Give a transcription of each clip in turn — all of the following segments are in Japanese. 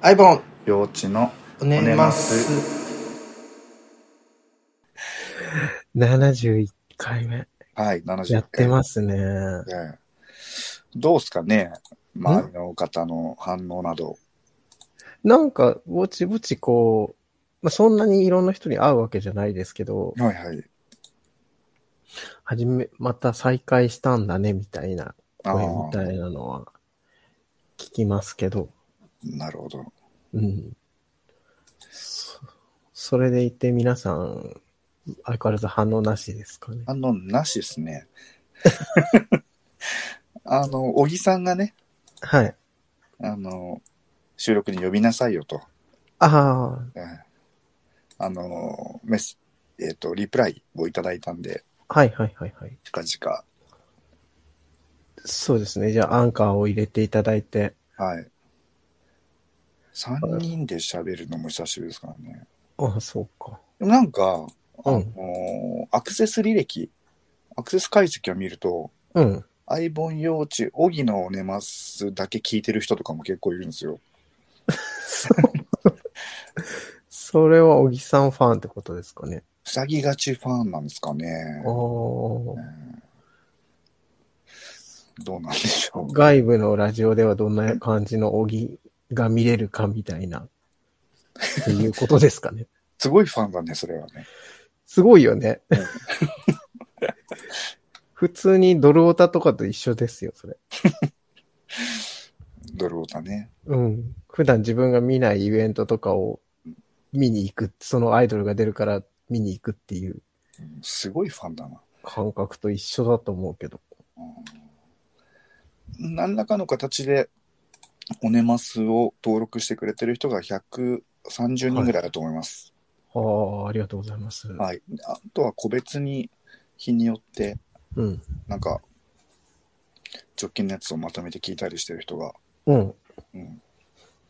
アイボン幼稚のおねます71回目。はい、70回。やってす。ますね。どうすかね周りの方の反応など。なんか、ぼちぼちこう、まあ、そんなにいろんな人に会うわけじゃないですけど、はいはい。はじめ、また再会したんだね、みたいなあ声みあ、たいなのは聞きますけど、なるほど。うん。そそれでいて皆さん、相変わらず反応なしですかね。反応なしです ね。あの、小木さんがね、はい。あの、収録に呼びなさいよと。あうんあの、メス、えっ、と、リプライをいただいたんで、あ、はいはいはいはい。近々。そうですね。じゃあ、アンカーを入れていただいて、はい。3人で喋るのも久しぶりですからね。ああ、そうか。でもなんか、あうんのアクセス履歴、アクセス解析を見ると、うん。アイボン用地、オギのネマスだけ聞いてる人とかも結構いるんですよ。それは小木さんファンってことですかね。ふさぎがちファンなんですかね。おーどうなんでしょう。外部のラジオではどんな感じの小木が見れるかみたいな、っていうことですかね。すごいファンだね、それはね。すごいよねうん。普通にドルオタとかと一緒ですよ、それ。ドルオタね。うん。普段自分が見ないイベントとかを見に行く、そのアイドルが出るから見に行くっていううんすごいファンだな。感覚と一緒だと思うけど。うん何らかの形で、オネマスを登録してくれてる人が130人ぐらいだと思います。ああ、ありがとうございます。はい。あとは個別に日によって、うん。なんか、直近のやつをまとめて聞いたりしてる人が、うん。うん、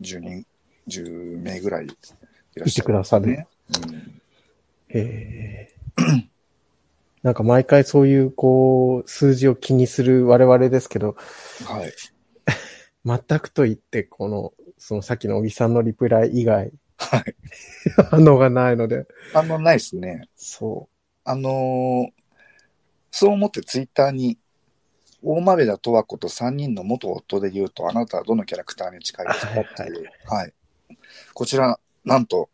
10人、10名ぐらいいらっいしゃてる、くださる。ね。うんへえ。 なんか毎回そういう、こう、数字を気にする我々ですけど、はい。全くと言って、この、そのさっきの小木さんのリプライ以外、 はい。反応がないので、あの、ないですね。そあのーそう思ってツイッターに、大豆田十和子と3人の元夫で言うと、あなたはどのキャラクターに近いですかっていう。はい、こちら、なんと、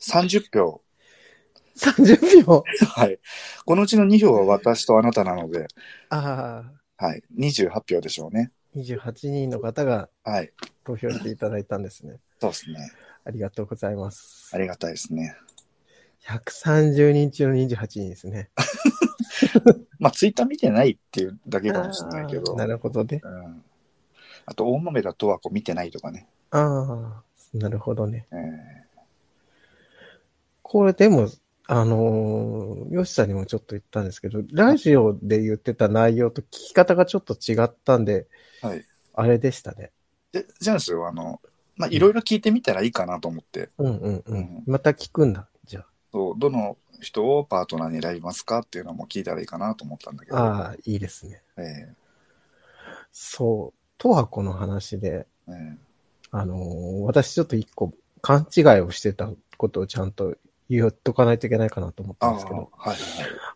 30票。う。30秒はい。このうちの2票は私とあなたなので、ああ、はい。28票でしょうね。 28人の方がはい。投票していただいたんですね。そうですね。ありがとうございますあ。りがたいですね。 130人中の28人ですね。まあ、ツイッター見てないっていうだけかもしれないけあどー。なるほどね。うん、あと、大豆田とはこう見てないとかね。ああ、なるほどね。えこれでも、あのー、ヨシさんにもちょっと言ったんですけど、ラジオで言ってた内容と聞き方がちょっと違ったんで、ーはい。あれでしたね。で、じゃあですよ、あの、まあ、いろいろ聞いてみたらいいかなと思って、うんうんううんん。また聞くんだ、じゃそうどの人をパートナーに選びますかっていうのも聞いたらいいかなと思ったんだけあ。ど、ああ、いいですね。えそう、とはこの話で、ーえあのー私ちょっと一個勘違いをしてたことをちゃんと言っとかないといけないかなと思っーたんあですけど、あ、はいはい。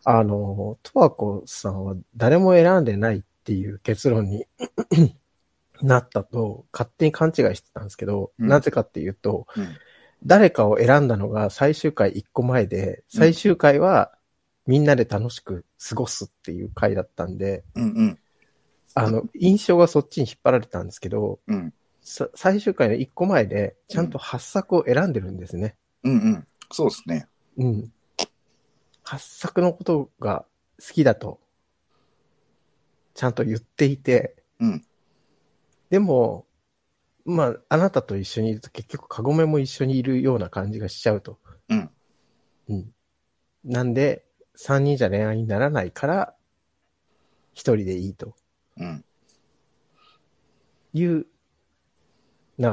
あの、とわこさんは誰も選んでないっていう結論に なったと勝手に勘違いしてたんですけど、うんなぜかっていうと、うん誰かを選んだのが最終回1個前で、最終回はみんなで楽しく過ごすっていう回だったんで、うんうん。あの、印象がそっちに引っ張られたんですけど、うんさ最終回の1個前で、ちゃんと8作を選んでるんですね。うんうん。そうですね。うん。8作のことが好きだと、ちゃんと言っていて、うんでも、まあ、あなたと一緒にいると結局、カゴメも一緒にいるような感じがしちゃうと。うん。うん。なんで、3人じゃ恋愛にならないから、1人でいいとうん。いう流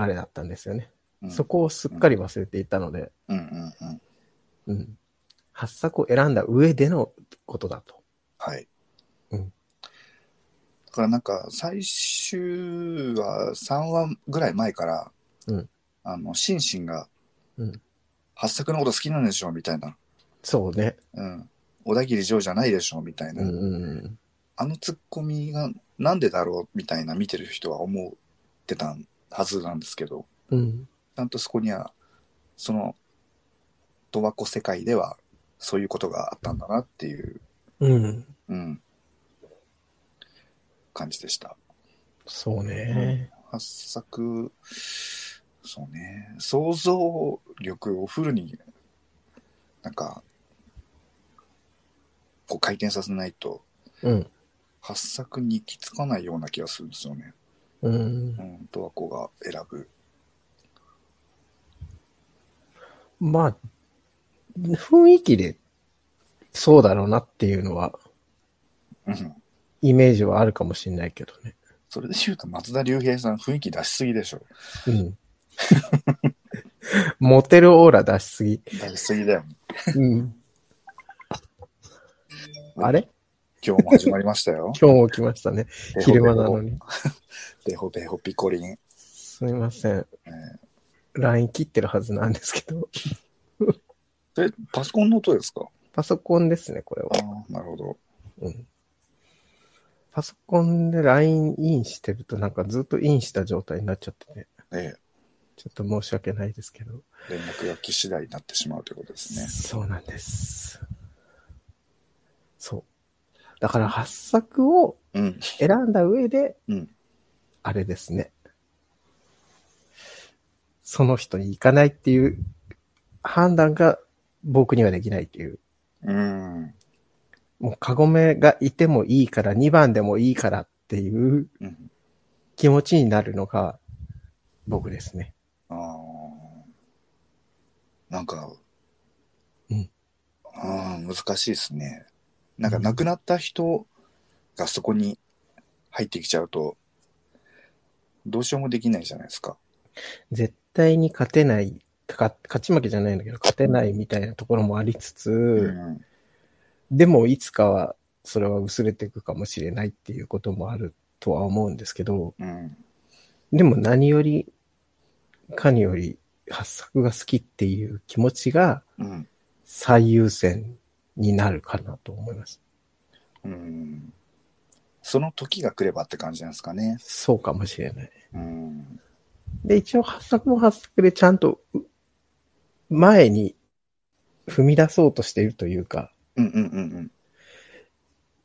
れだったんですよね。うんそこをすっかり忘れていたので、うんうんうん。うん。8作を選んだ上でのことだと。はい。うんだからなんか、最終は3話ぐらい前から、うんあの、シンシンが、うん八作のこと好きなんでしょみたいな。そうね。うん。小田切城じゃないでしょみたいな。うんうんうん。あのツッコミがなんでだろうみたいな見てる人は思ってたはずなんですけど、うん。ちゃんとそこには、その、十和子世界ではそういうことがあったんだなっていう、うん。うん、感じでした。そうね。発作、そうね、想像力をフルに、なんか、こう回転させないと、うん。発作に行き着かないような気がするんですよね。うんう。ん、とは子が選ぶ。まあ、雰囲気でそうだろうなっていうのは、うん。イメージはあるかもしれないけどね。それで言うと、松田龍平さん、雰囲気出しすぎでしょ。 うん。モテるオーラ出しすぎ。出しすぎだよ、ね。うん。あれ。今日も始まりましたよ 今日も来ましたね。昼間なのに。に。ペホペホピコリン。すみません。えー LINE 切ってるはずなんですけど。え、パソコンの音ですかパソコンですね、これあは。あ、なるほど。うん。パソコンで LINE インしてるとなんかずっとインした状態になっちゃってね。えちょっと申し訳ないですけど。え、連絡が来次第になってしまうということですね。そうなんです。そう。だから発作をうん。選んだ上で、うんあれですね。その人に行かないっていう判断が僕にはできないっていう。うん。もうカゴメがいてもいいから、2番でもいいからっていううん。気持ちになるのが僕ですね。あーなんか、うんあー難しいですね。なんか亡くなった人がそこに入ってきちゃうと、どうしようもできないじゃないですか。絶対に勝てない、か勝ち負けじゃないんだけど、勝てないみたいなところもありつつ、うん。でもいつかはそれは薄れていくかもしれないっていうこともあるとは思うんですけど、うん。でも何より、かにより、発作が好きっていう気持ちがうん。最優先になるかなと思います。うん。その時が来ればって感じなんですかね。そうかもしれない。うん。で、一応発作も発作でちゃんと、う前に踏み出そうとしているというか、うんうんうんうん。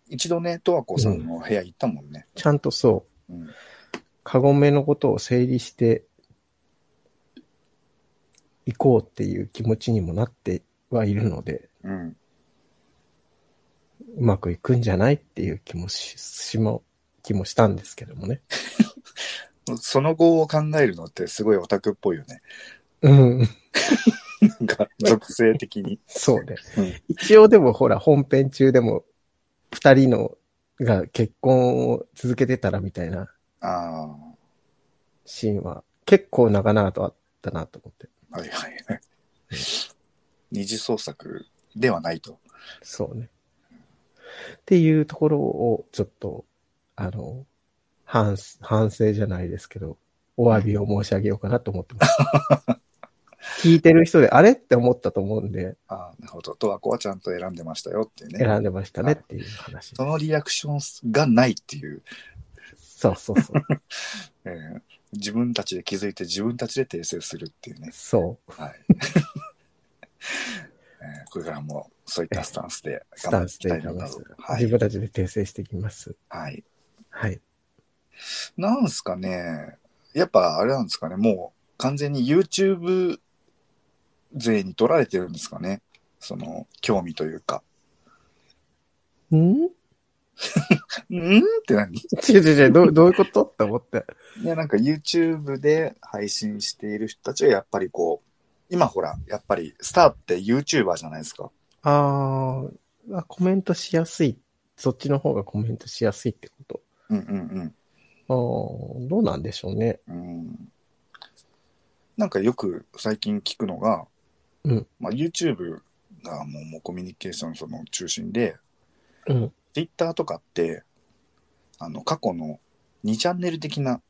一度ね、十和子さんの部屋行ったもんね。ちゃんとそう、うん。カゴメのことを整理していこうっていう気持ちにもなってはいるので、うん。うまくいくんじゃないっていう気もし、しも、気もしたんですけどもね。その後を考えるのってすごいオタクっぽいよね。うん。なんか、属性的に。そうね。うん一応でもほら、本編中でも、二人の、が結婚を続けてたらみたいな あシーンは、結構長々とあったなと思って。あ、はいはいはい。二次創作ではないと。そうね。っていうところを、ちょっと、あの、反す、反省じゃないですけど、お詫びを申し上げようかなと思って ます。聞いてる人で、あれって思ったと思うんで、ああ、なるほど。とはこはちゃんと選んでましたよっていうね。選んでましたねっていう話。そのリアクションがないっていう、そうそうそう。えー自分たちで気づいて自分たちで訂正するっていうね。そはい。えーこれからもそういったスタンスでう。ス頑タ張っていンスきでたいいきなまとす。。は自い。分たちで訂正していきます。はい。はい。なんすかね。やっぱあれなんですかね。もう完全に YouTube 勢に取られてるんですかね。その、興味というか。ん違んって何いう違う違う、どうどういうことって思って。や、なんか YouTube で配信している人たちがやっぱりこう、今ほら、やっぱりスターって YouTuber じゃないですか。あーあ、コメントしやすい。そっちの方がコメントしやすいってこと。うんうんああ、どうなんでしょうね。うん。うん、なんかよく最近聞くのが、うんまあ、YouTube がもうもうコミュニケーションその中心で、うん。 Twitter とかって、あの、過去の2チャンネル的な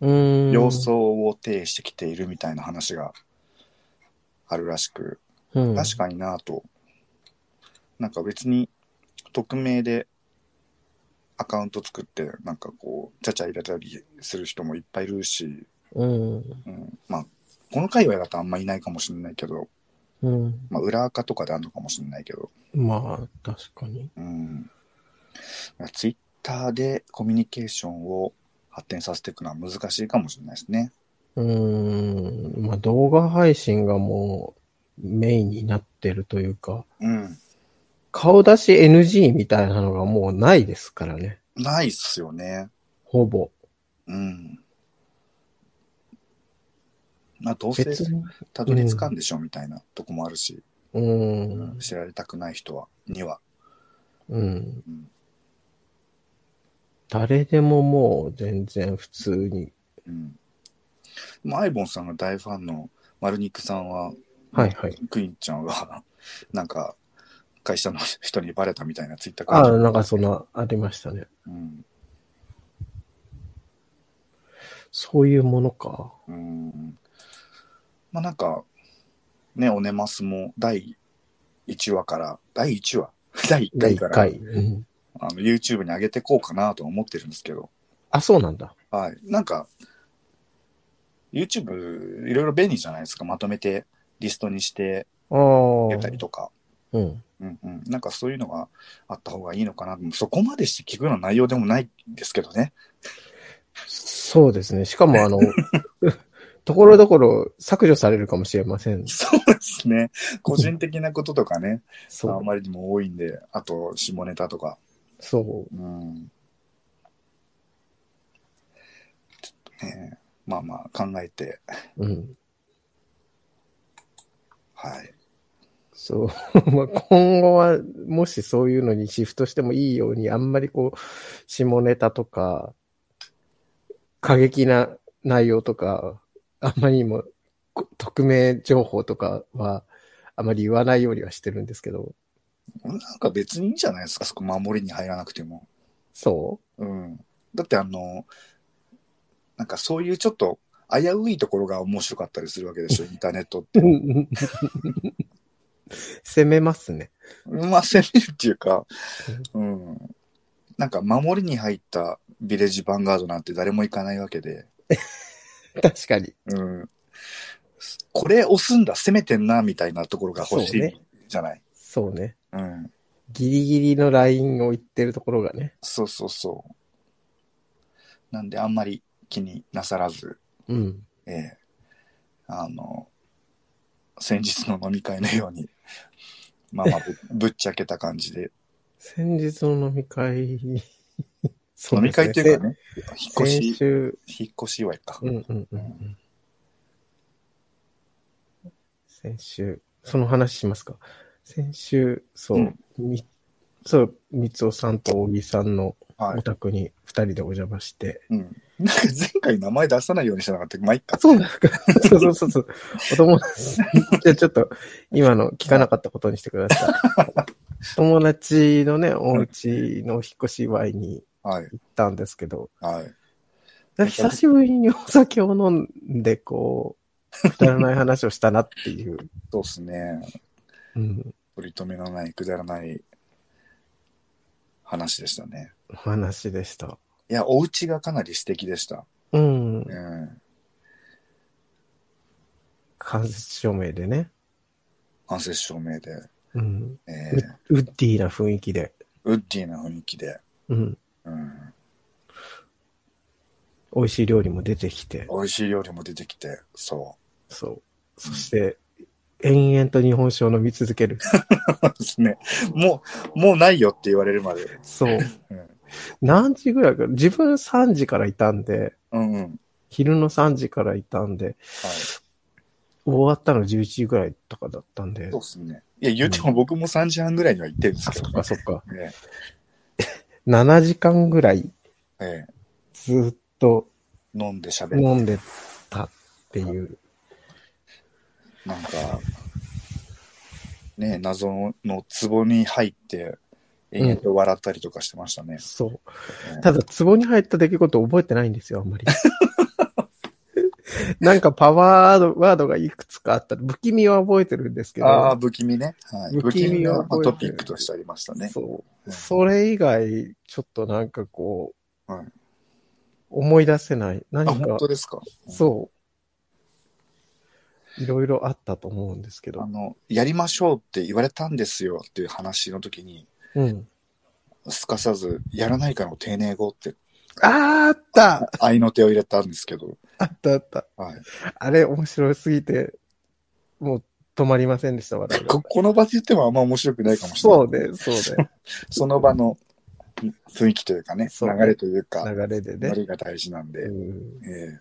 うーん。様相を呈してきているみたいな話があるらしく、うん。確かになぁと、なんか別に匿名でアカウント作って、なんかこう、ちゃちゃ入れたりする人もいっぱいいるし、うん。うん、まあ、この界隈だとあんまいないかもしれないけど、うん。まあ、裏垢とかであるのかもしれないけど、まあ、確かに。うん。ツイッターでコミュニケーションを発展させていくのは難しいかもしれないですね。うーん。まあ、動画配信がもうメインになってるというか、うん。顔出し NG みたいなのがもうないですからね。ないっすよね。ほぼ。うん。まあ、どうせ別に。たどり着かんでしょみたいなとこもあるし、うーん。知られたくない人は、には。うんうん。誰でももう全然普通に。うん。でもアイボンさんが大ファンのマルニクさんは、はいはい。クイーンちゃんは、なんか、会社の人にバレたみたいなツイッターああ、ら、なんかそんな、ありましたね。うん。そういうものか。うん。まあなんか、ね、オネマスも第1話から、第1話 第1第回1から回。うんあの YouTube に上げてこうかなとは思ってるんですけど、あ、そうなんだ。はい。なんか、YouTube いろいろ便利じゃないですか。まとめてリストにしてああ。やったりとか。うん。うんうん。なんかそういうのがあった方がいいのかな。そこまでして聞くような内容でもないんですけどね。 そうですね。しかも、あの、ところどころ削除されるかもしれません。そうですね。個人的なこととかね、あそう。まりにも多いんで、あと下ネタとか。そう。うんちょっとね、まあまあ考えて、うん。はい。そう。 まあ、今後は、もしそういうのにシフトしてもいいように、あんまりこう、下ネタとか、過激な内容とか、あんまりにも、こ匿名情報とかは、あまり言わないようにはしてるんですけど、なんか別にいいんじゃないですか、そこ守りに入らなくても。そうん。だってあの、なんかそういうちょっと危ういところが面白かったりするわけでしょ、インターネットってう。攻めますね。まあ、攻めるっていうか、うん。なんか守りに入ったビレッジヴァンガードなんて誰も行かないわけで。確かに。うんこれ押すんだ、攻めてんな、みたいなところが欲しそうねいじゃない。そうね。うん。ギリギリのラインを言ってるところがね。そうそうそう。なんで、あんまり気になさらず、うん。ええあの、先日の飲み会のように、 まあまあぶ、ぶっ ちゃけた感じで、先日の飲み会、そ飲うみですね会っていうかね、引っ越先し、週、引っ越し祝いか。うんうんうんうん。先週、その話しますか。先週、そう、うんみ、そう、三尾さんと大木さんのはおい。宅に二人でお邪魔して、うん。なんか前回名前出さないようにしてなかったけど、まあ、いっあ、か。そうなんですか。 そうそうそうそう。お友達、じゃあちょっと、今の聞かなかったことにしてください。 友達のね、お家のお引っ越し祝いにはい。行ったんですけど、はい。久しぶりにお酒を飲んで、こう、くだらない話をしたなっていう。そうですね。うん取り留めのないくだらない話でしたね。お話でした。いや、お家がかなり素敵でした。うう。んん。間接照明でね。間接照明で、うん。えウーッウッディな雰囲気で。ウッディな雰囲気で、うん。うん、美味しい料理も出てきて。美味しい料理も出てきて、そ そう。そして、延々と日本酒を飲み続ける。うですね。もう、もうないよって言われるまで。そう。うん何時ぐらいか、自分3時からいたんで、うんうん。昼の3時からいたんで、終わったの11時ぐらいとかだったんでそう。ですね。いや、言っても僕も3時半ぐらいには行ってるんですあ、けそどっねか。そっか。ね7時間ぐらいええずっと飲んで喋る。飲んでたっていう。なんか、ねえ謎の壺に入って、延々と笑ったりとかしてましたね。そうう。ん ただ、壺に入った出来事覚えてないんですよ、あんまり。なんかパワードワードがいくつかあった。不気味は覚えてるんですけど。ああ、不気味ね。はい、不不気気味味はが、まあ、覚トえてピるックとしてありましたね。そう。うんそれ以外、ちょっとなんかこう、はい思い出せない。あ、何本か当、ですか。そう。いろいろあったと思うんですけあど。の、やりましょうって言われたんですよっていう話の時に、うん。すかさず、やらないかの丁寧語って、あーあった愛の手を入れたんですけど、あったあった。はい。あれ面白すぎて、もう止まりません でした、私がここの場で言ってもあんま面白くないかもしれない。そうね、そう ね。その場の雰囲気というかね、そう流れというか、流れでノね。リが大事なんで、うんえ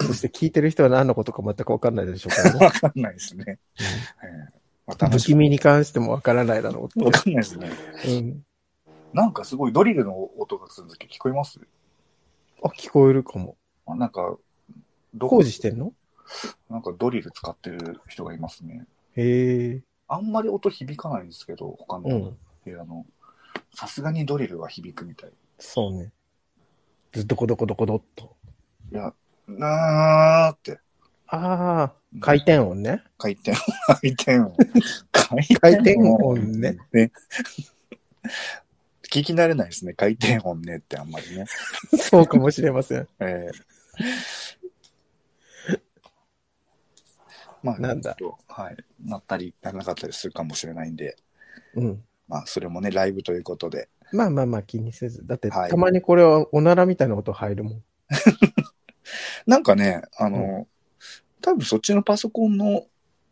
そして聞いてる人は何のことか全くわかんないでしょうえ からね。わかんないですね。ええまた不楽し気味に関してもわからないだろうみ。っわかんないですね。て。うん。なんかすごいドリルの音がするんですけど、聞こえますあ、聞こえるかも。あなんか、どこ工事してんのなんかドリル使ってる人がいますね。へえ。あんまり音響かないんですけど、他うのん。部屋の。さすがにドリルは響くみたい。そうね。どこどこどこどっと。いや、なーって。ああ、回転音ね。回転、 回転音。回転回転音ね。ね。聞き慣れないですね。回転音ねってあんまりね。 そうかもしれません。えーまあ、なんだちょっと。はい。なったり、ならなかったりするかもしれないんで、うん。まあ、それもね、ライブということで。まあまあまあ気にせず。だって、はいたまにこれはおならみたいな音入るもん。なんかね、あの、う多分そっちのパソコンの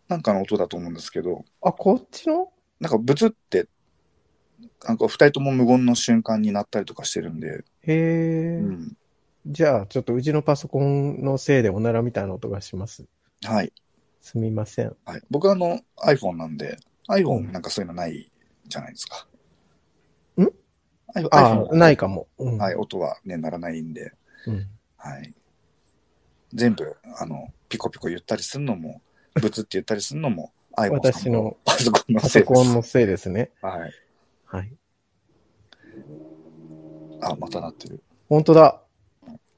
なんかの音だと思うんですけど、あ、こっちのなんかブツって、なんか二人とも無言の瞬間になったりとかしてるんで、へえ、うん。じゃあ、ちょっとうちのパソコンのせいでおならみたいな音がします。はい。すみません。はい、僕はあの iPhone なんで、うん iPhone なんかそういうのないじゃないですか。ん iPhone- ああ、 iPhone ないかも。うん。はい、音はね、ならないんで、うんはい。全部、あの、ピコピコ言ったりするのも、ブツって言ったりするのも、iPhone さ私んのパソコンのパせソいでコンす。のせいですね。はい。はい。あ、またなってる。本当だ。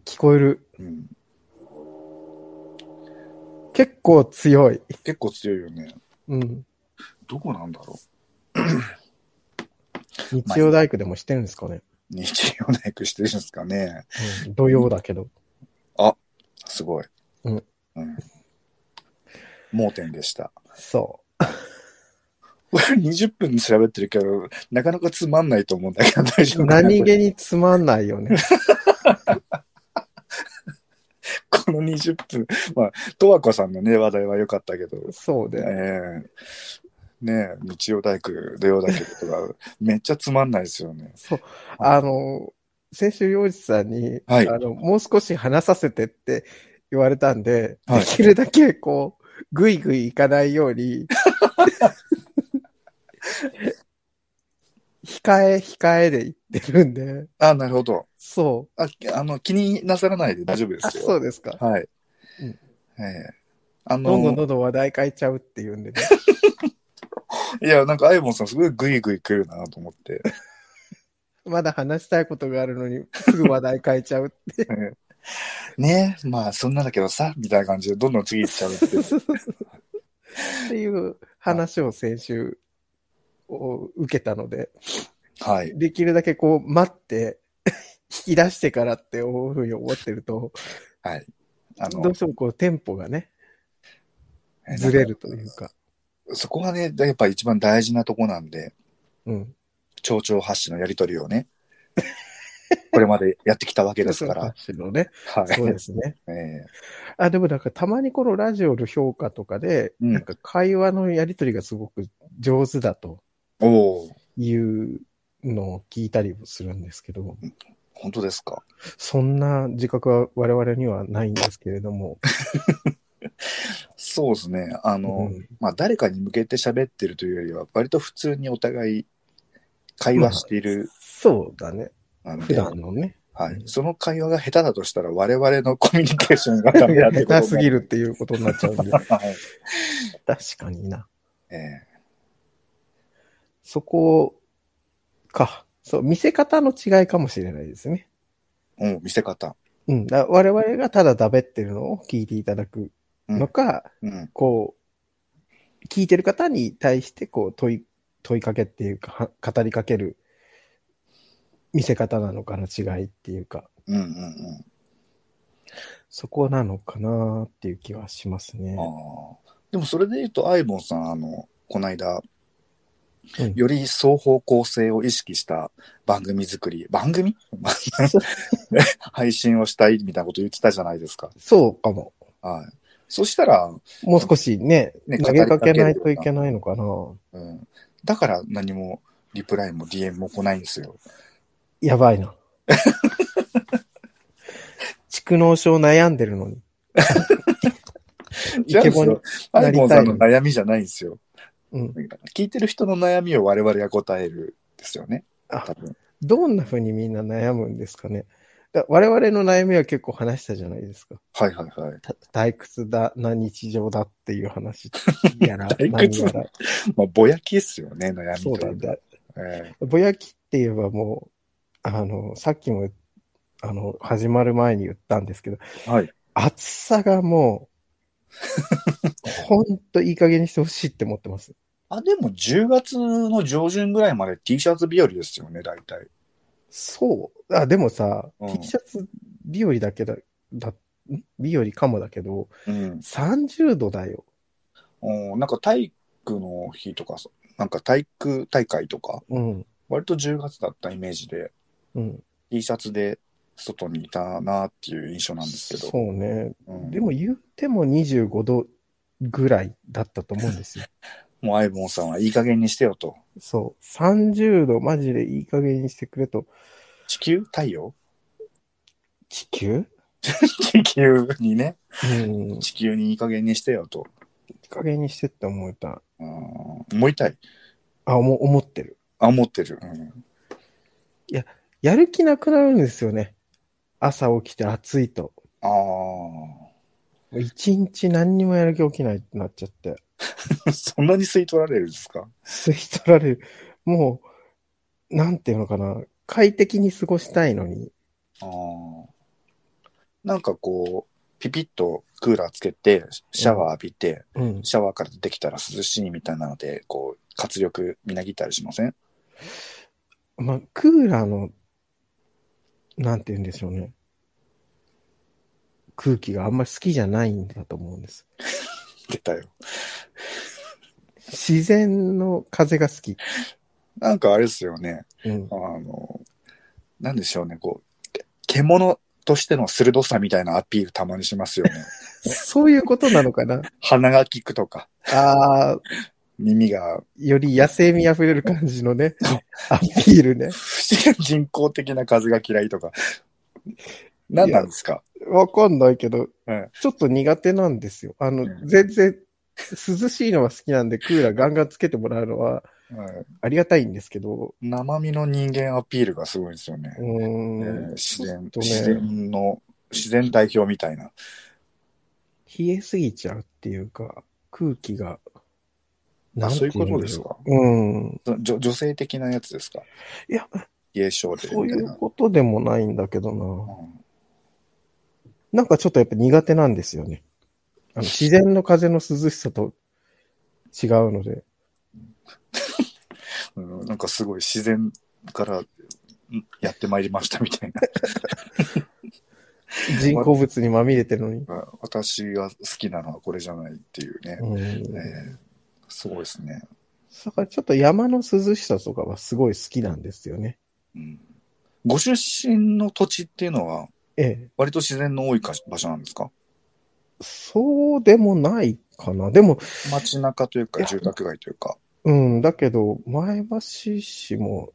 聞こえる。うん。結構強い。結構強いよね。うん。どこなんだろ日曜大工でもしてるんですかね。う日曜大工してるんですかね。うん、土曜だけど。すごい。うん。うん。盲点でした。 そ俺20分喋ってるけど、なかなかつまんないと思うんだけど、大丈う。夫かな何気につまんないよね。 この20分。まあ、とわこさんのね、話題は良かったけど、そうえで。えねえ、日曜大工、土曜大工とか、めっちゃつまんないですよね。そう。あの、先週、洋一さんに、はいあの、もう少し話させてって言われたんで、はいできるだけ、こう、ぐいぐい行かないよ うに、控え、控えで行ってるんで、あ、なるほど。そあ、あの、気になさらないで大丈夫でう。あ、すよ。そうですか。はい。うんええあどんどんの、どんどん話題変えちゃうっていうんでね。いや、なんか、あいぼんさん、すごいグイグイ来るなと思 って。まだ話したいことがあるのに、すぐ話題変えちゃうって。ねえ、まあ、そんなだけどさ、みたいな感じで、どんどん次行っちゃうっていう。 っていう話を先週、を受けたので。はい。できるだけこう、待って、引き出してからっていうふうに思ってると、はい。あのどうしてもこう、テンポがね、ずれるというか。そこがね、やっぱ一番大事なとこなんで、うん。町長発信のやりとりを ね、これまでやってきたわけですかそうら。そうそうね。はい。そうですね。ええあ、でもなんかたまにこのラジオの評価とかで、うんなんか会話のやりとりがすごく上手だとおおいうのを聞いたりもするんですけど、本当ですか。そんな自覚は我々にはないんですけれども、そうですね。あの、うんまあ、誰かに向けて喋ってるというよりは、割と普通にお互い会話しているそうだね。なん普で、段のね、はい。その会話が下手だとしたら、我々のコミュニケーションがダメだって 下こと手すぎる。るっていうことになっちゃうんで、 はい。確かにな。ええそこか。そう、見せ方の違いかもしれないですね。うん、見せ方。うん。だ我々がただだべってるのを聞いていただくのか、うん。こう、聞いてる方に対して、こう、問い、問いかけっていうか、は語りかける見せ方なのかの違いっていうか、うんうんそこなのかなっていう気はしますねうん。。ああ。でもそれで言うと、アイボンさん、あの、この間、うんより双方向性を意識した番組作り、番組 配信をしたいみたいなこと言ってたじゃないですか。そうかも。はい。そしたら、もう少しね、ね投げかけないといけないのかな。うん、だから何もリプライも DM も来ないんですよ。やばい な。蓄能症悩んでるのに。イケボに。アイボンさんの悩みじゃないんですよ。うん。聞いてる人の悩みを我々が答えるんですよね。あ多分。どんな風にみんな悩むんですかね。だ我々の悩みは結構話したじゃないですか。はいはいはい。た退屈だな日常だっていう話やら 退屈何やらまあ、ぼやきっすよね、悩みとそうだいかね。ええぼやきって言えばもう、あの、さっきも、あの、始まる前に言ったんですけど、はい。暑さがも う、ほんといい加減にしてほしいって思ってます。あ、でも10月の上旬ぐらいまで T シャツ日和ですよね、大体。そう。あ、でもさ、うん T シャツ日和だけだ、だ、ん日和かもだけど、うん。 30度だよ。おーなんか体育の日とかさ、なんか体育大会とか、うん。割と10月だったイメージで、うん。 T シャツで外にいたなっていう印象なんですけど。そうね。うんでも言うても25度ぐらいだったと思うんですよ。もうアイボンさんはいい加減にしてよと。そう。30度マジでいい加減にしてくれと、地球太陽地球地球にね。うん。い地球にいい加減にしてよと。い加減にしてって思えた。うん、思いたい。あ、思思ってる。あ、思ってる。うん、やる気なくなるんですよね。朝起きて暑いと。あもう一日何にもやる気起きないってなっちゃって。あ。 そんなに吸い取られるんですか吸い取られる。もう、なんていうのかな。快適に過ごしたいのに。ああ。なんかこう、ピピッとクーラーつけて、シャワー浴びて、うん。シャワーから出てきたら涼しいみたいなので、こう、活力みなぎったりしませんまあ、クーラーの、なんて言うんでしょうね。空気があんまり好きじゃないんだと思うんです。出たよ。自然の風が好き。なんかあれですよね。うんあ。の、なんでしょうね、こう、け獣としての鋭さみたいなアピールたまにしますよね。そういうことなのか な。鼻が利くとか、ああ、耳が、より野生味溢れる感じのね、アピールね。不思議な 人工的な数が嫌いとか。何なんですかわかんないけど、うんちょっと苦手なんですよ。あの、うん全然、涼しいのは好きなんで、クーラーガンガンつけてもらうのはうんありがたいんですけど、生身の人間アピールがすごいですよねう。ーん、えー自然、ちょっとね自然の、自然代表みたいな。冷えすぎちゃうっていうか、空気が、あてそういうんだろことですかうん。そ女女性的なやつですかいや、冷え性でそうみいたいうな。ことでもないんだけどうな。んなんかちょっとやっぱ苦手なんですよね。あの自然の風の涼しさと違うので。うん、なんかすごい自然からんやってまいりましたみたい な。人工物にまみれてるのに。あ私が好きなのはこれじゃないっていうね、うんえーすごいですね、だからちょっと山の涼しさとかはすごい好きなんですよね。うん。ご出身の土地っていうのは、ええ。割と自然の多いか場所なんですかそうでもないかな。でも、街中といういか、や住宅街というか。うん、だけど、前橋市も、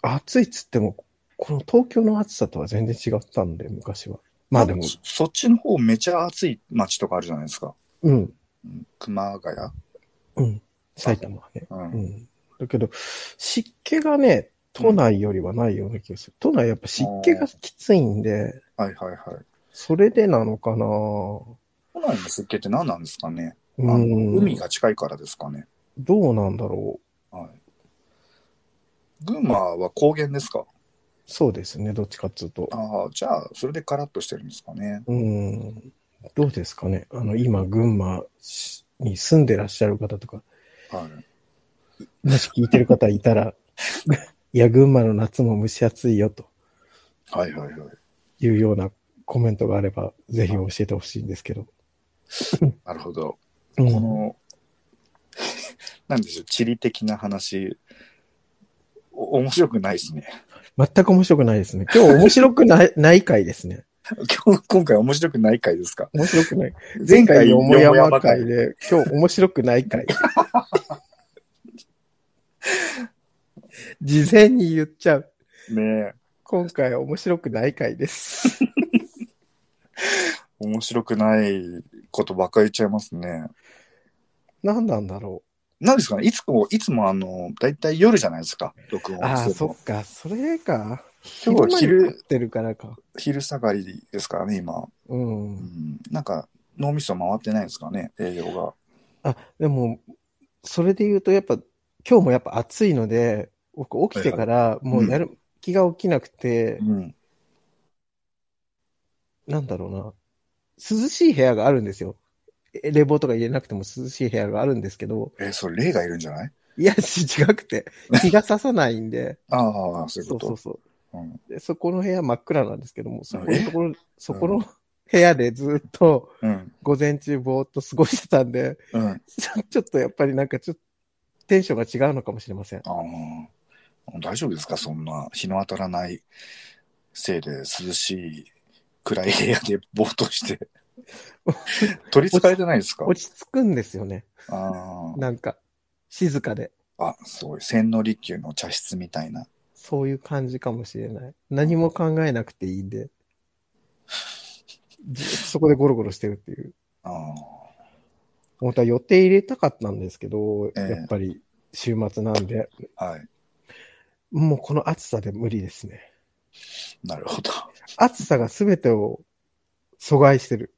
暑いっつっても、この東京の暑さとは全然違ったんで、昔は。まあでもなん、かそそっちの方めちゃ暑い街とかあるじゃないですか。うん、うん熊谷。うん、埼玉はね。うんうん。だけど、湿気がね、都内よりはないような気がする。都内やっぱ湿気がきついんで、はいはいはい。それでなのかな都内の湿気って何なんですかね、あうのん。海が近いからですかね。どうなんだろう。はい、群馬は高原ですかそうですね、どっちかっつうと。ああ、じゃあ、それでカラッとしてるんですかね。うん。どうですかね。あの、今、群馬しに住んでらっしゃる方とか、はい。もし聞いてる方いたら、 いや、群馬の夏も蒸し暑いよとはいはいはい。いうようなコメントがあれば、ぜひ教えてほしいんですけど。なるほど。うこん、の、 なんでしょう、地理的な話、お面白くないですね。全く面白くないですね。今日面白くない、ない回ですね。今日、 今回面白くない回ですか面白くない。前回よもやまよ会もやまで、今日面白くない 回。事前に言っちゃう。回ねえ今回面白くない回です。面白くないことばっかり言っちゃいますね。何なんだろなんですかねいつも、いつもあの、だいたい夜じゃないですか、録う。音ああ、してそも。っか。それか。今日は昼間に昼撮、ってるからか。昼下がりですからね、今。う。うんん、なんか、脳みそ回ってないですかね、栄養が。あ、でも、それで言うと、やっぱ、今日もやっぱ暑いので、僕起きてから、もうやる気が起きなくて、うん。なんだろうな、涼しい部屋があるんですよ。え冷房とか入れなくても涼しい部屋があるんですけど、えーそれ、霊がいるんじゃないいや、し違く て、日が差さないんで、ああ、そういうそこうと。そうそううんで。そこの部屋真っ暗なんですけども、そこのえところ、そこの部屋でずっとうん。午前中ぼーっと過ごしてたんで、 うん。ちょっとやっぱりなんかちょっとテンションが違うのかもしれません。ああ、大丈夫ですかそんな日の当たらないせいで涼しい暗い部屋でぼーっと して。取り憑かれてないですか落ち着くんですよね。あなんか、静かで。あ、あ、すごい。千利休の茶室みたいな。そういう感じかもしれない。何も考えなくていいんで。ずっとそこでゴロゴロしてるっていう。ああ、本当は予定入れたかったんですけど、ええやっぱり週末なんで、はい。もうこの暑さで無理ですね。なるほど。暑さが全てを阻害してる。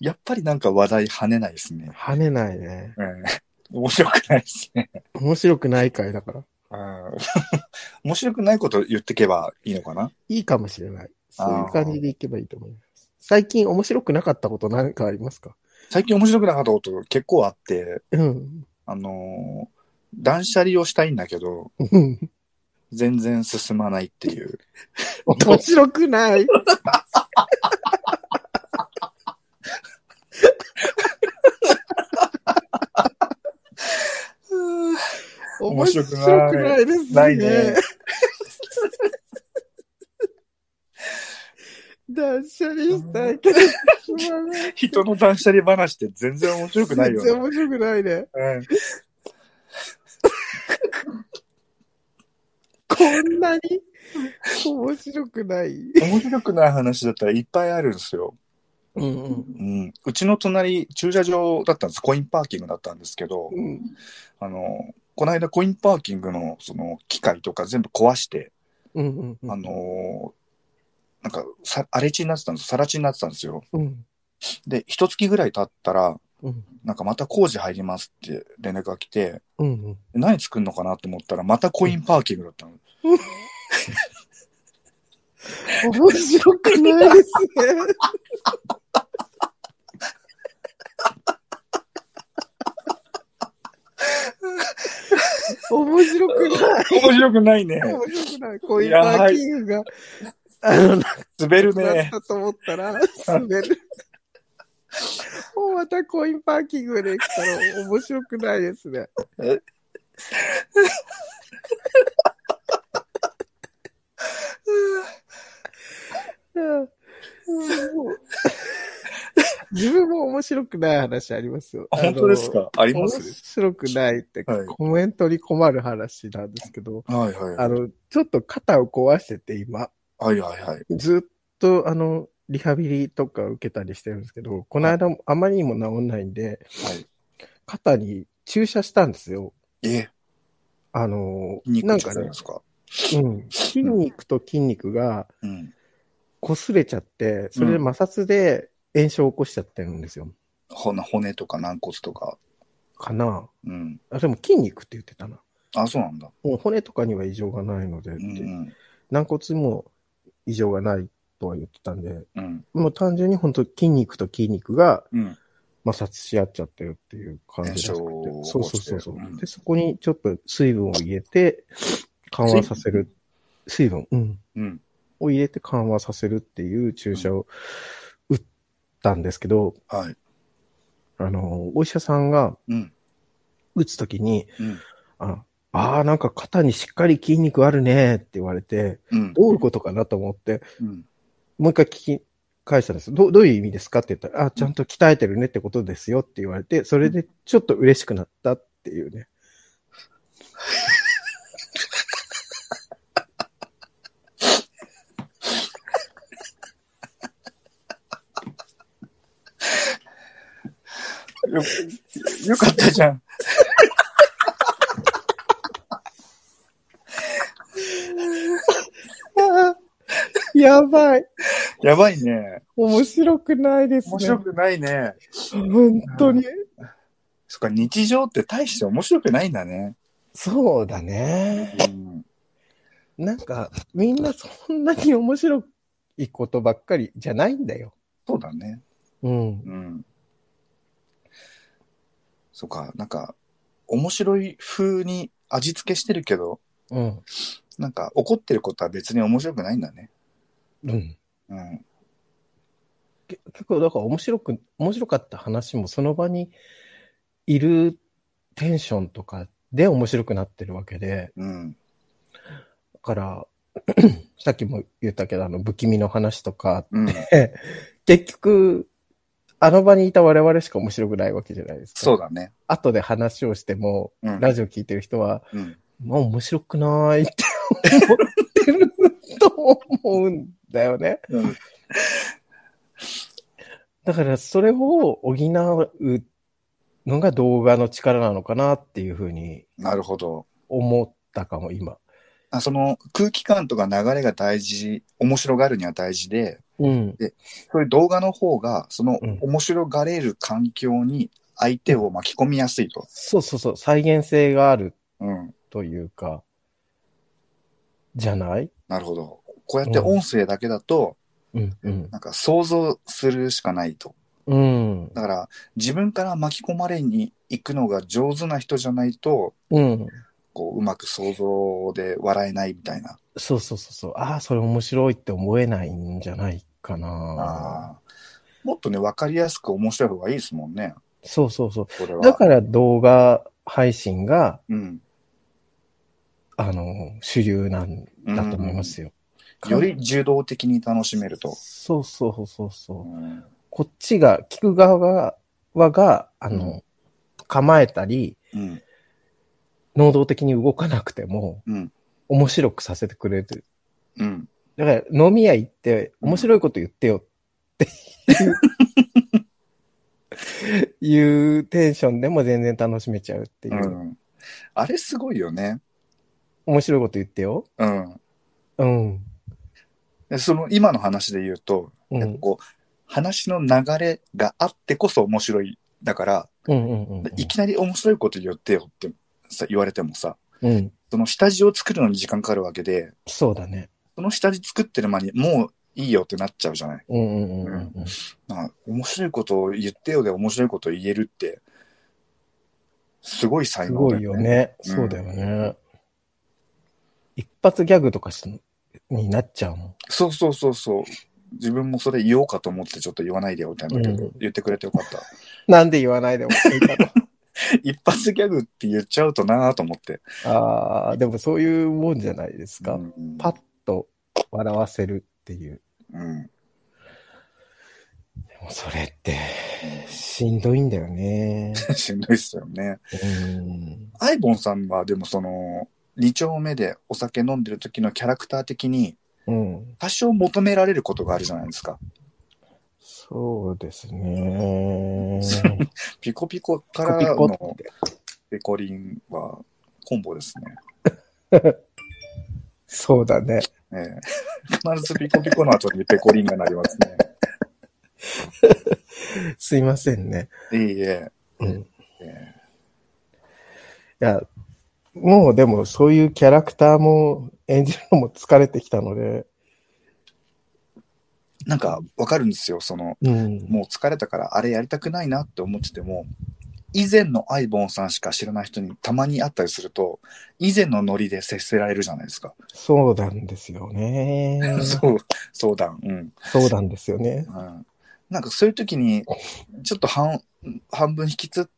やっぱりなんか話題跳ねないですね。跳ねないね。ええ面白くないですね。面白くない回だから。あー 面白くないこと言ってけばいいのかないいかもしれない。そういう感じでいけばいいと思います。最近面白くなかったこと何かありますか最近面白くなかったこと結構あって、うん。あのー断捨離をしたいんだけど、うん全然進まないって いう。面白くない。面面白白くくなないい。ですね。ないね断捨離したいけど、しまない。人の断捨離話って全然面白くないよ全然ね。面白くないね。うんこんなに面白くない。面白くない話だったらいっぱいあるんですよ。うんうん、うちの隣、駐車場だったんです。コインパーキングだったんですけど、うん。あの、この間コインパーキングのその機械とか全部壊して、うんうん。あのーなんかさ荒れ地になってたんですさら地になってたんですよ。うん。で、一月ぐらい経ったら、うん。なんかまた工事入りますって連絡が来て、うん。何作るのかなと思ったら、またコインパーキングだ ったの。面白くないですね。面白くない。面白くないね。面白くない。コインパーキングが、あの、な滑るくなっね。たと思ったら、滑る。もうまたコインパーキングで行くから面白くないですね。うん自分も面白くない話ありますよ。本当ですあかありの面ます白くないって、はいコメントに困る話なんですけど、はいはい。あの、ちょっと肩を壊してて今、はいはいはい。ずっとあの、リハビリとか受けたりしてるんですけど、この間もあまりにも治んないんで、はい肩に注射したんですよ。え、あの、肉なんじゃかないねで、すか。うん、筋肉と筋肉がうん。擦れちゃって、それで摩擦で炎症を起こしちゃってるんですよ。ほな骨とか軟骨とか。かなうん。あ、でも筋肉って言ってたな。あ、そうなんだ。もう骨とかには異常がないのでっうて、ん軟骨にも異常がないとは言ってたんで、うん。うん。もう単純に本当筋肉と筋肉がうん。摩擦し合っちゃってるっていう感じらしくて炎症をそうそうそうそう、うんで、そこにちょっと水分を入れて緩和させる。水分うん。うん。を入れて緩和させるっていう注射を打ったんですけど、はい。あの、お医者さんがうん。打つときに、うん。ああー、なんか肩にしっかり筋肉あるねって言われて、うん。どういうことかなと思って、うん。もう一回聞き返したんです。どうどういう意味ですかって言ったら、あ、ちゃんと鍛えてるねってことですよって言われて、それでちょっと嬉しくなったっていうね。よ、よかったじゃん。 やばい。やばいね。面白くないですね。面白くないね。本当に。そっか、日常って大して面白くないんだね。そうだね。うん。なんか、みんなそんなに面白いことばっかりじゃないんだよ。そうだね。うん。うん。そっか、なんか、面白い風に味付けしてるけど、うん。なんか怒ってることは別に面白くないんだね。うん。うん。け結構、だから面白く、面白かった話もその場にいるテンションとかで面白くなってるわけで、うん。だから、 さっきも言ったけど、あの、不気味の話とか、 うん。結局、あの場にいた我々しか面白くないわけじゃないですか。そうだね。後で話をしても、うん。ラジオ聞いてる人は、うん。まあ面白くないって思ってると思うんだよね。うんだからそれを補うのが動画の力なのかなっていうふうになるほど。思ったかも、今。あその空気感とか流れが大事、面白がるには大事で、うん。そういう動画の方が、そのうん面白がれる環境に相手を巻き込みやすいと。そうそうそう、再現性があるうん。というか、じゃないなるほど。こうやって音声だけだと、うん。うん。なんか想像するしかないと。うん。だから、自分から巻き込まれに行くのが上手な人じゃないと、うん。こう、うまく想像で笑えないみたいな。そうそうそうそう。ああ、それ面白いって思えないんじゃないかな。あーもっとね、わかりやすく面白い方がいいですもんね。そうそうそう。これは。だから動画配信が、うん。あの、主流なんだと思いますよ。より受動的に楽しめると。そうそうそううそう。ん。こっちが、聞く側が、があの、うん構えたり、うん。能動的に動かなくても、うん。面白くさせてくれる。うん。だから、飲み屋行って、面白いこと言ってよっていう、いうテンションでも全然楽しめちゃうっていうう。ん。あれすごいよね。面白いこと言ってよ。うん。うん。でその今の話で言うと、うやっぱん。こう話の流れがあってこそ面白いだから、うんうんうんいきなり面白いこと言ってよってさ言われてもさうん。うん。その下地を作るのに時間かかるわけでそうだね。その下地作ってる間にもういいよってなっちゃうじゃない。うんうんうんうんうん。なんか面白いことを言ってよで面白いことを言えるってすごい才す能ごだいよよね。ね。うんそうだよね。一発ギャグとかしになっちゃうもん。そうそうそうそう。自分もそれ言おうかと思ってちょっと言わないでよみたいな、うん言ってくれてよかった。 なんで言わない でもいいかと。一発ギャグって言っちゃうとなぁと思って。ああ、でもそういうもんじゃないですか。うんパッと笑わせるっていう。うんでもそれって、しんどいんだよ ね。しんどいっすよね。うん。アイボンさんはでもその2丁目でお酒飲んでる時のキャラクター的にうん。多少求められることがあるじゃないですか。そうですね。ピコピコかコらピコのって。ペコリンはコンボですね。そうだね。ええ必ずピコピコの後にペコリンがなりますね。すいませんね。いえいえ。うん。いええや、もうでもそういうキャラクターも演じるのも疲れてきたので、なんかわかるんですよ。その、うんもう疲れたからあれやりたくないなって思ってても、以前のアイボンさんしか知らない人にたまに会ったりすると、以前のノリで接せられるじゃないですか。そうなんですよね。 そう、相談。うん。そうなんですよね。うん、なんかそういう時に、ちょっと半半分引きつっ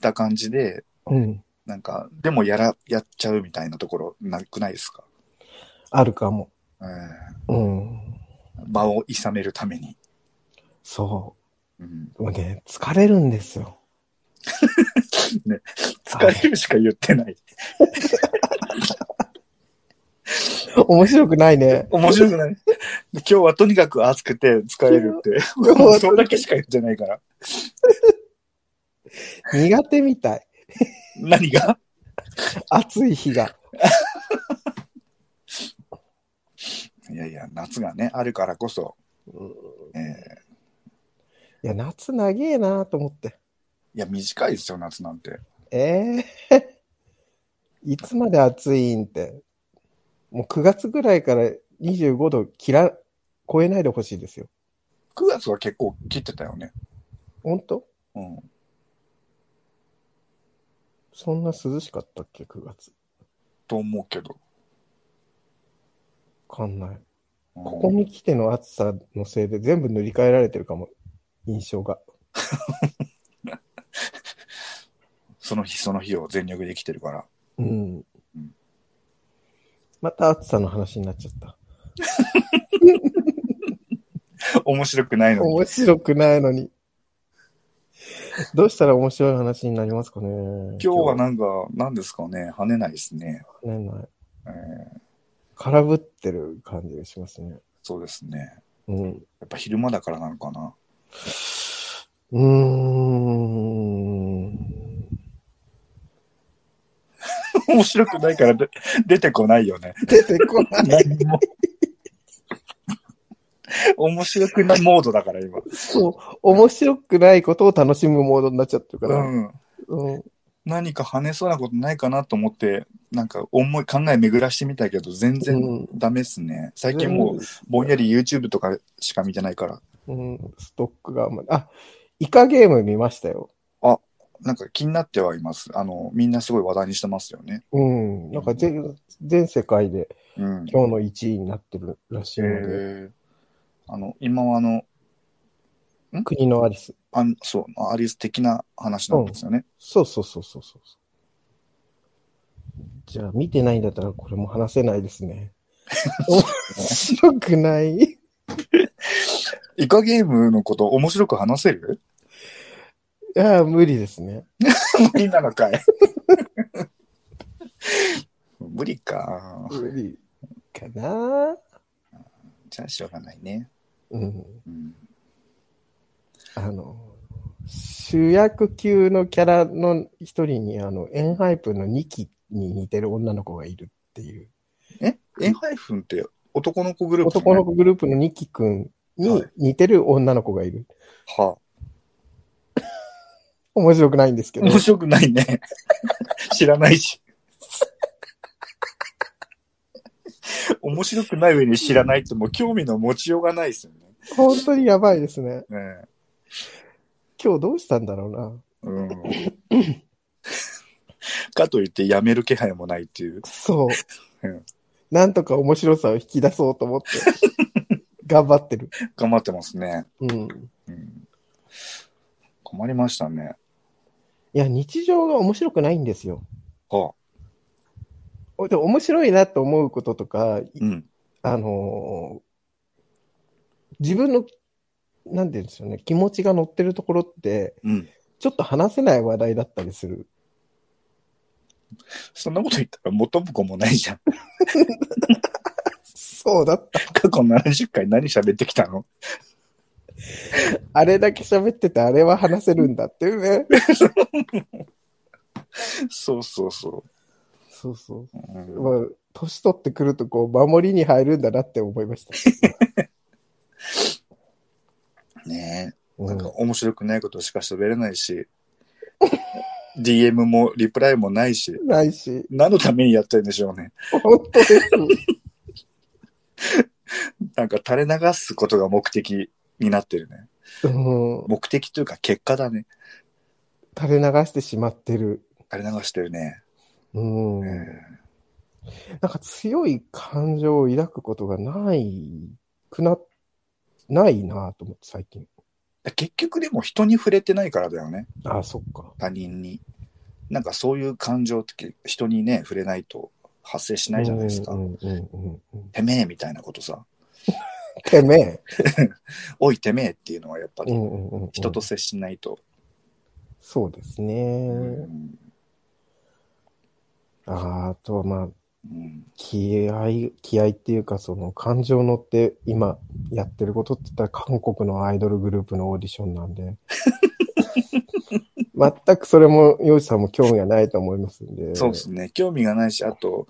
た感じで、うん。なんか、でもやら、やっちゃうみたいなところなくないですか、あるかも。うん、うん。場をいさめるために。そうん、う。もうね、疲れるんですよ。疲れるしか言ってない。面白くないね。面白くない 今日はとにかく暑くて疲れるって。もう そんだけしか言ってないから。苦手みたい。何が暑い日が。いやいや、夏がね、あるからこそ、うんえーいや、夏長えなと思って。いや、短いですよ、夏なんて。ええ いつまで暑いんって。もう9月ぐらいから25度切ら、超えないでほしいですよ。 9月は結構切ってたよね。ほんとうん。そんな涼しかったっけ、9月。と思うけど。わかんない。うんここに来ての暑さのせいで全部塗り替えられてるかも、印象が。その日その日を全力で生きてるから。うんうん。また暑さの話になっちゃった。面白くないのに。 面白くないのに。どうしたら面白い話になりますかね今日はななんか、何ですかね、跳ねないですね。ねない。えー空振ってる感じがしますね。そうですね。うん。やっぱ昼間だからなのかな。 うーん。面白くないからで出てこないよね。出てこない。何も。 面白くないモードだから今。そう。面白くないことを楽しむモードになっちゃってるから。うん。うん。何か跳ねそうなことないかなと思って、なんか思い、考え巡らしてみたけど、全然うんダメっすね。最近もう、ぼんやり YouTube とかしか見てないから、うん、ストックがあんまり。あ、イカゲーム見ましたよ。なんか気になってはいます。あの、みんなすごい話題にしてますよね。うん。なんか全、全世界でうん。今日の1位になってるらしえいので、ー、あの、今はあの、国のアリス。あんそう、アリス的な話なんですよね。そうそうそうそうそうそう。じゃあ、見てないんだったらこれも話せないで すね。面白くない イカゲームのこと面白く話せるいや、無理ですね。無理なのか い無理か。無理かなじゃあしょうがないね。うん。うん、あの、主役級のキャラの一人に、あの、エンハイプの2期に似てる女の子がいるっていう。えエンハイフンって男の子グループじゃ男ないの子グループのニキ君はにい似てる女の子がいる。はあ、面白くないんですけど。面白くない ね。知らないし。面白くない上に知らないってもう興味の持ちようがないですよね。本当にやばいですね。ね今日どうしたんだろうな。うん、かといってやめる気配もないっていう。そううん。なんとか面白さを引き出そうと 思って、頑張ってる。頑張ってますね。うん。うん、困りましたね。いや、日常が面白くないんですよ。はあ、おで面白いなと思うこととか、いうん。あのー自分の、なんて言うんですよね、気持ちが乗ってるところって、うん。ちょっと話せない話題だったりする。そんなこと言ったら元も子もないじゃん。 そうだった。過去70回何喋ってきたのあれだけ喋ってて、あれは話せるんだっていうね。そうそうそ。そうそううう。んまあ、年取ってくると、こう、守りに入るんだなって思いました。ねえ。うなんんか面白くないことしか喋れないし、 DM もリプライもないし、ないし、何のためにやってるんでしょうね。本当です。 なんか垂れ流すことが目的になってるね。うん、目的というか結果だね。垂れ流してしまってる。垂れ流してるね。うん。うんなんか強い感情を抱くことがないくな、ないなと思って最近。結局でも人に触れてないからだよね。ああ、そっか。他人に。なんかそういう感情って人にね、触れないと発生しないじゃないですか。うんうんうんうん、てめえみたいなことさ。てめえ、おいてめえっていうのはやっぱうりんうんうんうん。人と接しないと。そうですうね。んあーあとはまあ、うん気合、気合っていうか、その感情乗って今やってることって言ったら韓国のアイドルグループのオーディションな んで。全くそれも、ヨウジさんも興味がないと思いますんで。そうですね。興味がないし、あと、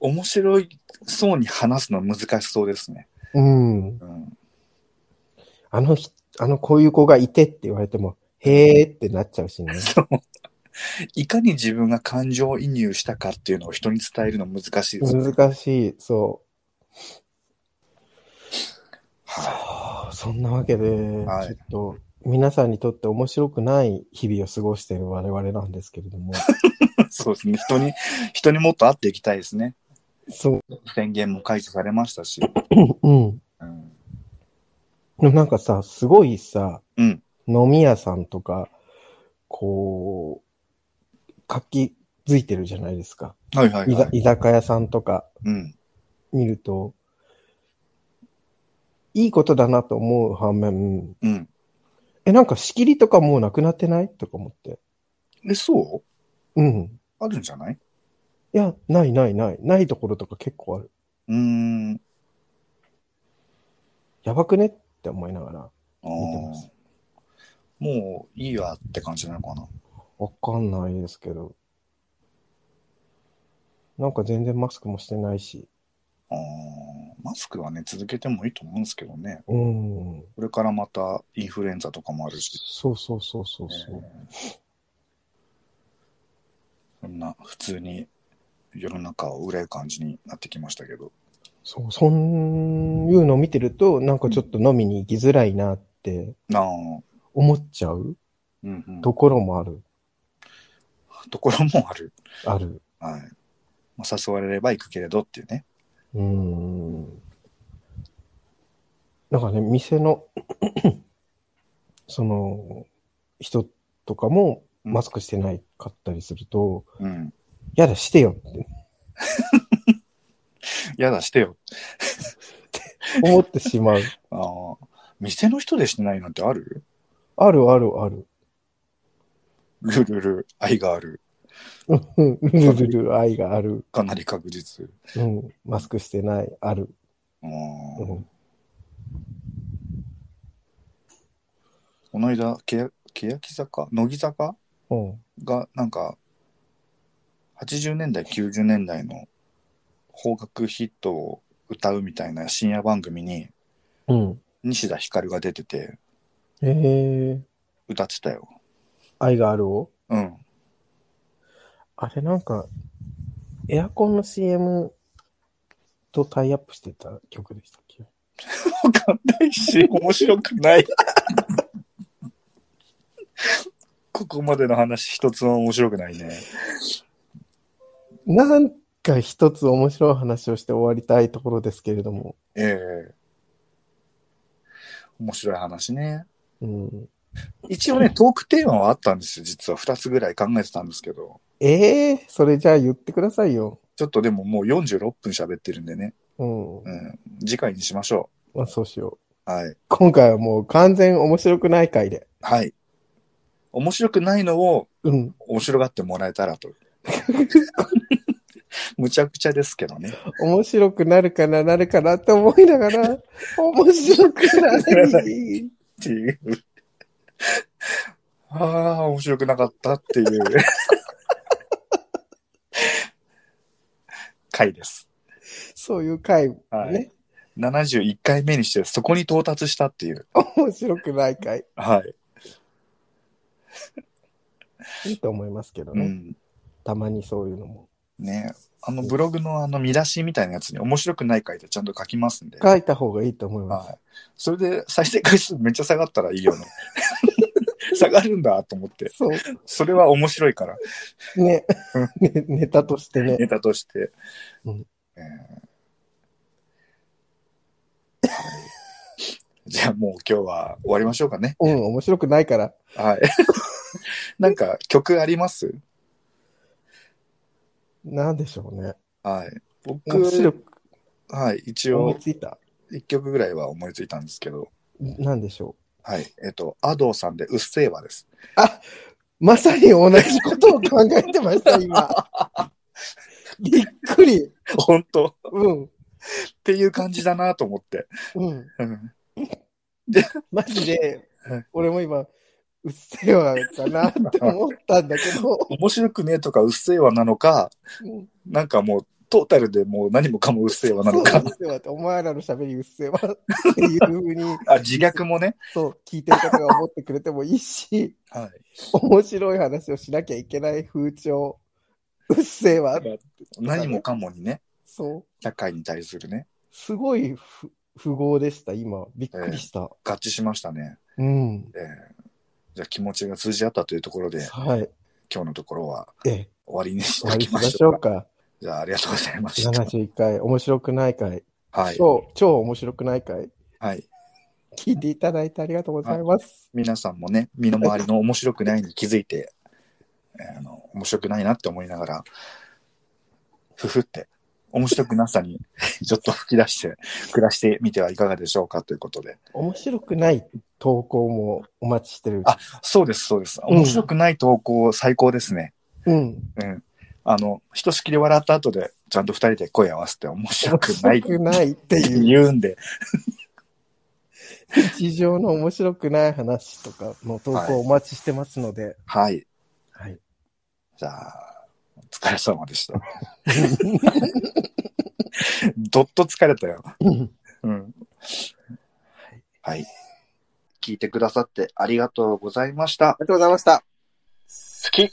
面白いそうに話すの難しそうですね。ううん。ん、あのひ、あの、こういう子がいてって言われても、へーってなっちゃうしね。そういかに自分が感情移入したかっていうのを人に伝えるの難しいですね。難しい、そう。ははあ、そんなわけで、はいちょっと、皆さんにとって面白くない日々を過ごしている我々なんですけれども、い、 そうですね。人に、人にもっと会っていきたいですね。そう、宣言も解除されましたし。うん。うん、でもなんかさ、すごいさ、うん飲み屋さんとか、こう、活気づいてるじゃないですか。はいはいいはざい。居酒屋さんとかうん、見ると、いいことだなと思う反面、うん。え、なんか仕切りとかもうなくなってないとか思って。え、そうん。うあるんじゃないいや、ないないない。ないところとか結構ある。うーん。やばくねって思いながらあー見てます。もういいわって感じなのかな。わかんないですけど。なんか全然マスクもしてないし。あーマスクはね、続けてもいいと思うんですけどね。うん。これからまたインフルエンザとかもあるし、そうそうそうそうねそう。そんな普通に世の中を憂う感じになってきましたけど。そう、そういうのを見てると、なんかちょっと飲みに行きづらいなってなあ、うん思っちゃううん、ところもある。ところもある。ある。はい。まあ、誘われれば行くけれどっていうね。うん。なんかね、店の、 その、人とかもうんマスクしてないかったりすると、うん。やだ、してよってやだ、してよ。思ってしまう。 あー店の人でしてないなんてあるあるあるある。ルルル、愛がある。うんルルル 愛がある。かなり確実。うん。マスクしてない、ある。あーうん。この間、けや欅坂乃木坂うん。がなんか80年代90年代の邦楽ヒットを歌うみたいな深夜番組にうん。西田ひかるが出ててえー、歌ってたよ。愛があるをうん。あれなんか、エアコンの CM とタイアップしてた曲でしたっけわかんないし、面白くない。 ここまでの話一つも面白くないね。なんか一つ面白い話をして終わりたいところですけれども。ええ面白い話ね。うん、一応ね、トークテーマはあったんですよ。実は2つぐらい考えてたんですけど。ええそれじゃあ言ってくださいよ。ちょっとでももう46分喋ってるんでね。うん。うん。次回にしましょまあそうしよう。う。はい。今回はもう完全面白くない回で。はい。面白くないのをうん。面白がってもらえたらと。 むちゃくちゃですけどね。面白くなるかな、なるかなって思いなが ら、面白くなごめんなさい。っていう。ああ、面白くなかったって いう回です。そういう回ね。はい71回目にしてそこに到達したっていう。面白くない回。はい。いいと思いますけどうね。ん。たまにそういうのも。ねあのブログのあの見出しみたいなやつに面白くない回でちゃんと書きますんで。書いた方がいいと思います。はい。それで再生回数めっちゃ下がったらいいよね。 下がるんだと思って。そう。それは面白いから、ね。ねネタとしてね。ネタとして。うんえーじゃあもう今日は終わりましょうかね。うん、面白くないから。 はい。なんか曲ありますなんでしょうね。はい。面白僕、くはい、一思い応ついた。一曲ぐらいは思いついたんですけど、なんでしょはい。えっと、アドーさんでうっせぇわです。う。まさに同じことを考えてました、今。 びっくり。本当っうん。ていう感じだなと思って。うん。うんマジではい、俺も今、うっせえわかなって思ったんだ けど、面白くねえとかうっせぇわなのか、うんなんかもうトータルでもう何もかもうっせぇわなのそうかう。っせえわって、お前らの喋りうっせえわっていうふうに、あ、自虐もね。そう、聞いてる方が思ってくれてもいいし、 はい。面白い話をしなきゃいけない風潮、うっせえわ、何もかもにね、そう、社会に対するね、すごいふ符号でした、今。びっくりした。合致しましたね。うん。えーじゃあ気持ちが通じ合ったというところで、はい。今日のところはええ、終わりにし終てわおきりにしままししょょううか。か。じゃあありがとうございました。 71回、面白くない回。はい。超、超面白くない回。はい。聞いていただいてありがとうございます。皆さんもね、身の回りの面白くないに気づいて、 えーあの、面白くないなって思いながら、ふふって、面白くなさに ちょっと吹き出して、暮らしてみてはいかがでしょうかということで。面白くない投稿もお待ちしてる。あそうです、そうです。うん面白くない投稿最高ですね。うん。うん。あの、ひとしきり笑った後で、ちゃんと二人で声合わせて面白面くない白ってくないっていう、言うんで、日常の面白くない話とかの投稿をお待ちしてますので。はい。はい。じゃあ、お疲れ様で した。どっと疲れたよ。うん。はい。聞いてくださってありがとうございました。がとうございました。好き。